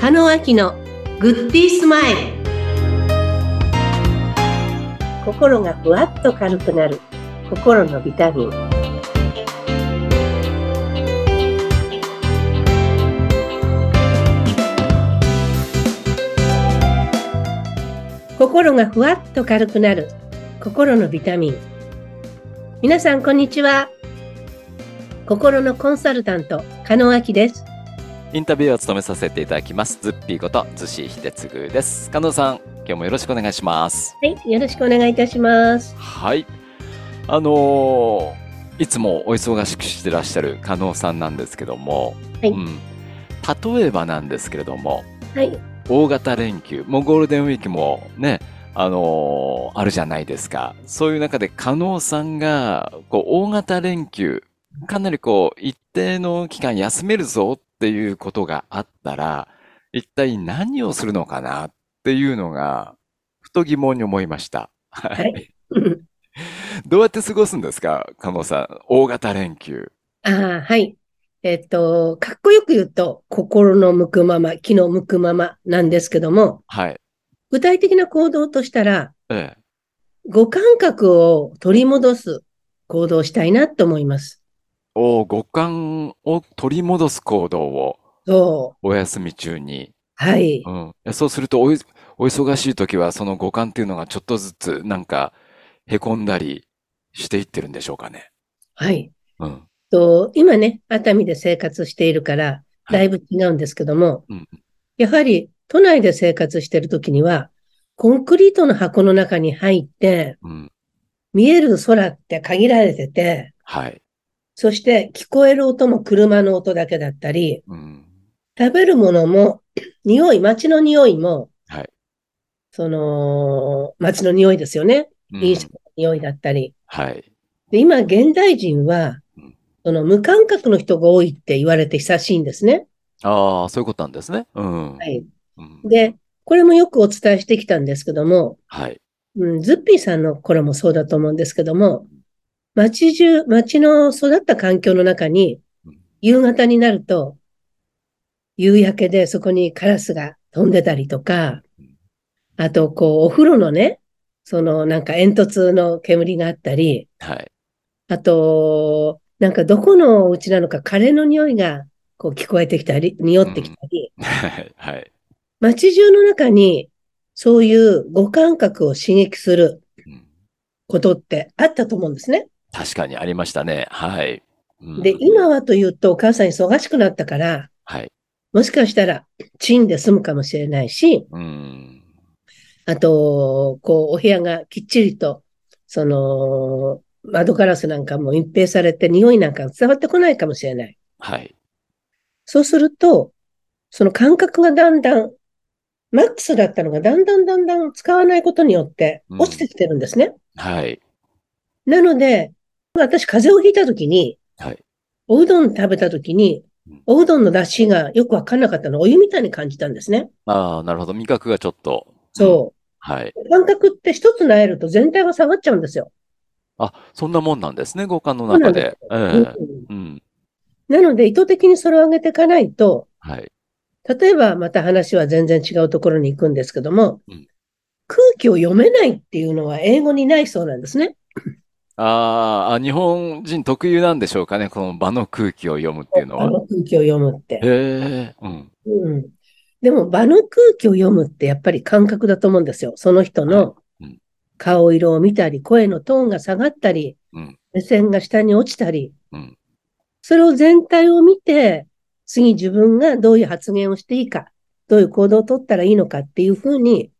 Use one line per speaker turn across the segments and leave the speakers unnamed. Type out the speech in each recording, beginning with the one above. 中野明のグッディースマイル心がふわっと軽くなる心のビタミン心がふわっと軽くなる心のビタミン皆さんこんにちは心のコンサルタント加納明です
インタビューを務めさせていただきます。ズッピーこと、逗子秀次です。加納さん、今日もよろしくお願いします。
はいよろしくお願いいたします
はい。あのーいつもお忙しくしてらっしゃる加納さんなんですけども、
はい
うん、例えばなんですけれども、
はい。
大型連休、もうゴールデンウィークもね、あのーあるじゃないですか。そういう中で加納さんが、こう、大型連休、かなりこう、一定の期間休めるぞっていうことがあったら、一体何をするのかなっていうのが、ふと疑問に思いました。はいどうやって過ごすんですか加納さん。大型連休。
ああ、はい。えっと、かっこよく言うと、心の向くまま、気の向くままなんですけども、
はい。
具体的な行動としたら、
ええ。
五感覚を取り戻す行動をしたいなと思います。
お五感を取り戻す行動を
そう。
お休み中に。
はい。
うん、いやそうするとおい、お忙しい時は、その五感っていうのがちょっとずつ、なんか、へこんだりしていってるんでしょうかね。
はい。
うん。
と、今ね、熱海で生活しているから、
はい
だいぶ違うんですけども、
うん
やはり都内で生活しているときには、コンクリートの箱の中に入って、
うん。
見える空って限られてて、
はい。
そして聞こえる音も車の音だけだったり、
うん。
食べるものも、 匂い、街の匂いも、
はい
その、街の匂いですよね。
うん
飲食の匂いだったり。
はい。
で、今、現代人は
うん、
その無感覚の人が多いって言われて久しいんですね。
ああ、そういうことなんですね。うん。
はい。
うん
で、これもよくお伝えしてきたんですけども、
はい。
うん、ズッピーさんの頃もそうだと思うんですけども、街中、街の育った環境の中に
うん、
夕方になると、夕焼けでそこにカラスが飛んでたりとか
うん、
あと、こう、お風呂のね、その、なんか煙突の煙があったり、
はい。
あと、なんかどこのお家なのかカレーの匂いが、こう聞こえてきたり、匂ってきたり、
はい。はい。
街中の中に、そういう五感覚を刺激する
うん
ことってあったと思うんですね。
確かにありましたね。はい。うん
で、今はというと、お母さん忙しくなったから、
はい。
もしかしたら、チンで済むかもしれないし、
うん。
あと、こう、お部屋がきっちりと、その、窓ガラスなんかも隠蔽されて、匂いなんか伝わってこないかもしれない。
はい。
そうすると、その感覚がだんだん、マックスだったのが、だんだんだんだん使わないことによって、
うん
落ちてきてるんですね。
はい。
なので、私、風邪をひいたときに、
はい。
おうどん食べたときに
うん、
おうどんの出汁がよくわかんなかったの、お湯みたいに感じたんですね。
ああ、なるほど。味覚がちょっと。うん。
そ
はい。
う。感覚って一つ慣れると全体が下がっちゃうんですよ。
あ、そんなもんなんですね。五感の
そうな
中
んで
で。ええ。
うん
うん。
なので、意図的にそれを上げていかないと、
はい。
例えばまた話は全然違うところに行くんですけども
うん、
空気を読めないっていうのは英語にないそうなんですね。
あーあ、日本人特有なんでしょうかね。この場の空気を読むっていうの
あ
は。
の空気を読むって。
へえ、うん。
うん。でも場の空気を読むってやっぱり感覚だと思うんですよ。その人の
いうん
顔色を見たり、声のトーンが下がったり
うん、
目線が下に落ちたり
うん、
それを全体を見て、次自分がどういう発言をしていいか、どういう行動を取ったらいいのかっていうふうに、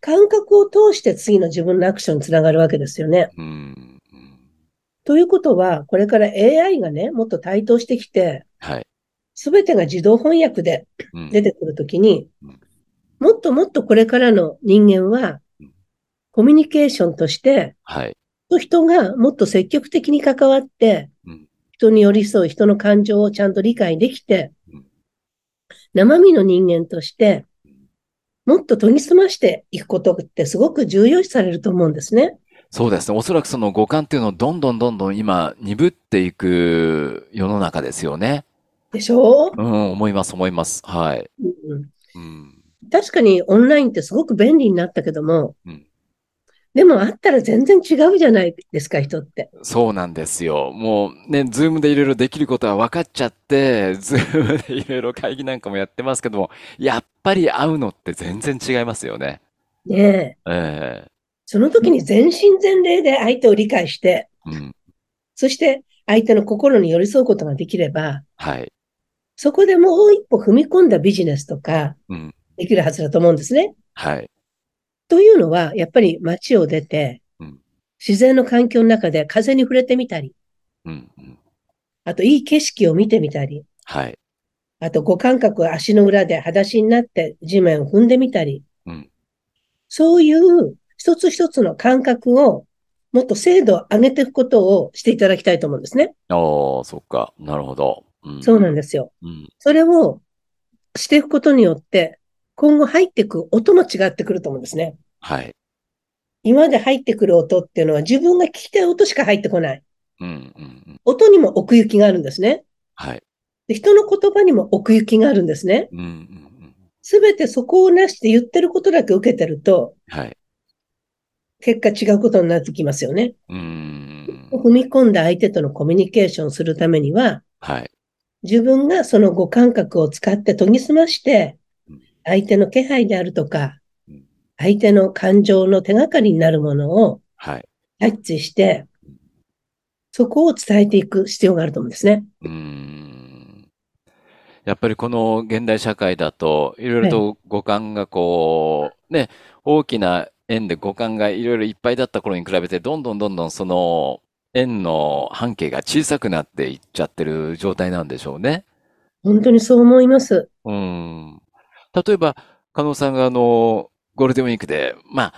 感覚を通して次の自分のアクションにつながるわけですよね。
うん。うん
ということは、これから AI がね、もっと台頭してきて、
はい。
すべてが自動翻訳で
うん。
出てくるときに
うん、
もっともっとこれからの人間は
うん、
コミュニケーションとして、
はい。
人がもっと積極的に関わって
うん、
人に寄り添う人の感情をちゃんと理解できて
うん、
生身の人間として、もっと研ぎ澄ましていくことってすごく重要視されると思うんですね。
そうですね。おそらくその五感っていうのをどんどんどんどん今鈍っていく世の中ですよね。
でしょ、
うん、思います、思います。はい。
うん、
うん。
確かにオンラインってすごく便利になったけども、
うん
でもあったら全然違うじゃないですか、人って。
そうなんですよ。もうね、ズームでいろいろできることは分かっちゃって、ズームでいろいろ会議なんかもやってますけども、やっぱり会うのって全然違いますよね。
ねえ。
え
その時に全身全霊で相手を理解して、
え。うん。
そして相手の心に寄り添うことができれば、
はい。
そこでもう一歩踏み込んだビジネスとか
うん。
できるはずだと思うんですね。
はい。
というのは、やっぱり街を出て
うん、
自然の環境の中で風に触れてみたり、
うん。うん
あといい景色を見てみたり、
はい。
あと五感覚足の裏で裸足になって地面を踏んでみたり、
うん
そういう一つ一つの感覚をもっと精度を上げていくことをしていただきたいと思うんですね。
おー、そっか。なるほど。うん。
そうなんですよ。
うん。
それをしていくことによって、今後入ってくる音も違ってくると思うんですね。
はい。
今まで入ってくる音っていうのは自分が聞きたい音しか入ってこない。
うん。うん。うん
音にも奥行きがあるんですね。
はい。
で人の言葉にも奥行きがあるんですね。
うん。うん。うん。
すべてそこをなして言ってることだけ受けてると、
はい。
結果違うことになってきますよね。
うーん。
踏み込んだ相手とのコミュニケーションをするためには、
はい。
自分がその五感覚を使って研ぎ澄まして
うん、
相手の気配であるとか
うん、
相手の感情の手がかりになるものを
はい。
キャッチして、そこを伝えていく必要があると思うんですね。
うーん。やっぱりこの現代社会だと、いろいろと五感がこう、ね、大きな円で五感がいろいろいっぱいだった頃に比べて、どんどんどんどんその円の半径が小さくなっていっちゃってる状態なんでしょうね。
本当にそう思います。
うん。例えば、加納さんがあの、ゴールデンウィークで、まあ、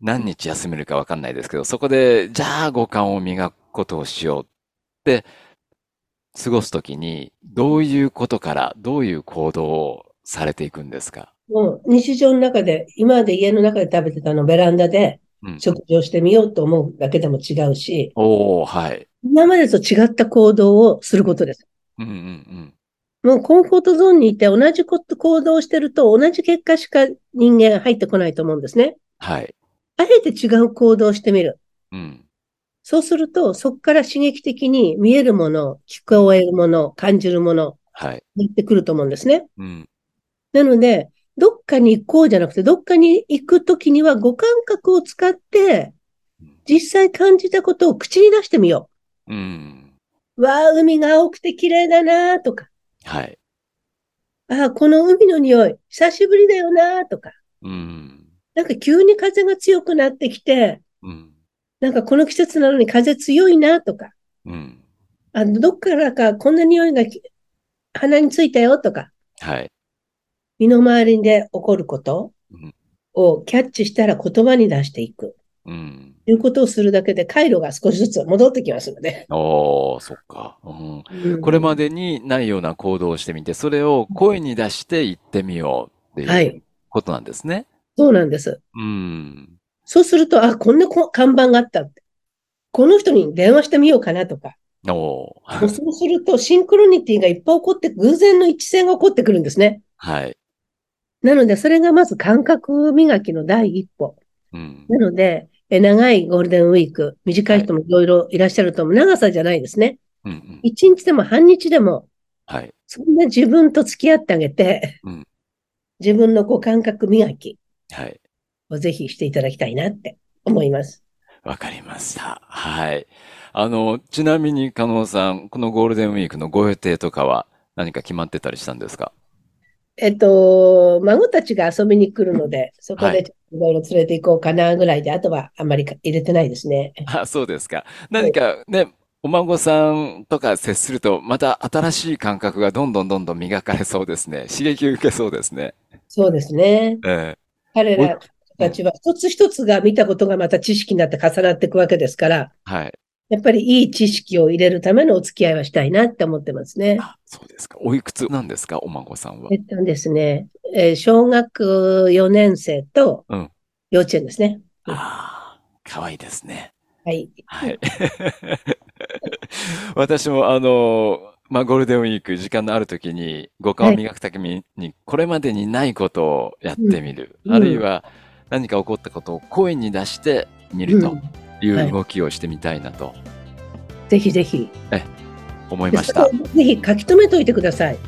何日休めるかわかんないですけど、そこで、じゃあ五感を磨くことをしようって、過ごすときに、どういうことから、どういう行動をされていくんですか
もう日常の中で、今まで家の中で食べてたのをベランダで
うん。
食事をしてみようと思うだけでも違うし、
おお、はい。
今までと違った行動をすることです。
うんうんうん。
もうコンフォートゾーンにいて同じこと行動をしてると同じ結果しか人間入ってこないと思うんですね。
はい。
あえて違う行動をしてみる。
うん。
そうすると、そこから刺激的に見えるもの、聞こえるもの、感じるもの、
はい。
入ってくると思うんですね。
うん。
なので、どっかに行こうじゃなくて、どっかに行くときには五感覚を使って、実際感じたことを口に出してみよ
うん。
う。わあ、海が青くて綺麗だなーとか、
はい。
ああ、この海の匂い、久しぶりだよなーとか、
うん。
なんか急に風が強くなってきて、
うん。
なんかこの季節なのに風強いなとか、
うん。
あの、どっからかこんな匂いがき鼻についたよとか、
はい。
身の回りで起こること
うん
をキャッチしたら言葉に出していく。
うん。
いうことをするだけで回路が少しずつ戻ってきますので。
おお、そっか。うん。これまでにないような行動をしてみて、それを声に出して言ってみようって
は
いう
い
ことなんですね。
そうなんです。
うん。
そうすると、あ、こんなこ看板があったって。この人に電話してみようかなと か。
おー
もうそうすると、シンクロニティがいっぱい起こって、偶然の一致性が起こってくるんですね。
はい。
なので、それがまず感覚磨きの第一歩。
うん。
なので、え長いゴールデンウィーク、短い人もいろいろいらっしゃると思う。長さじゃないですね。
うんうん。
一日でも半日でも、
はい。
そんな自分と付き合ってあげて、
うん
自分のこう感覚磨き
はい。
をぜひしていただきたいなって思います。
わかりました。はい。あの、ちなみに、加納さん、このゴールデンウィークのご予定とかは何か決まってたりしたんですか
えっと、孫たちが遊びに来るので、そこ
は
で
い
ちょっといろいろ連れて行こうかなぐらいで、あとはあんまりか入れてないですね。
あ、そうですか。何かね、お孫さんとか接すると、また新しい感覚がどんどんどんどん磨かれそうですね。刺激を受けそうですね。
そうですね。
ええ。
彼ら
お
たちは一つ一つが見たことがまた知識になって重なっていくわけですから、
はい。
やっぱりいい知識を入れるためのお付き合いはしたいなって思ってますね。
あ、そうですか。おいくつなんですか、お孫さんは
え。っとですね、えー小学4年生と
うん
幼稚園ですね。
ああ、かわいいですね。
はい。
はい。私も、あの、まあ、ゴールデンウィーク、時間のある時に、五感を磨くために、これまでにないことをやってみる。
うん
あるいは、何か起こったことを声に出してみるという動きをしてみたいなと
ぜひぜひ。
思い
で
ました。
それをぜひ書き留めといてください。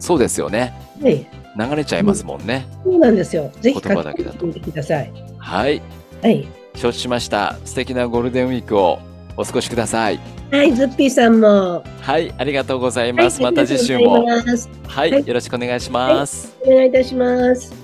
そうですよね。
はい。
流れちゃいますもんね。
そうなんですよ。ぜひ書き
言葉だ
留め
けだと
ておいてください。
はい。
はい。
承知しました。素敵なゴールデンウィークをお過ごしください。
はい、ズッピーさんも。
はい。ありがとうござい
は
ま
い
す。また次週も。
ありがとうございます
はい。よろしくお願いします。
お願いいたします。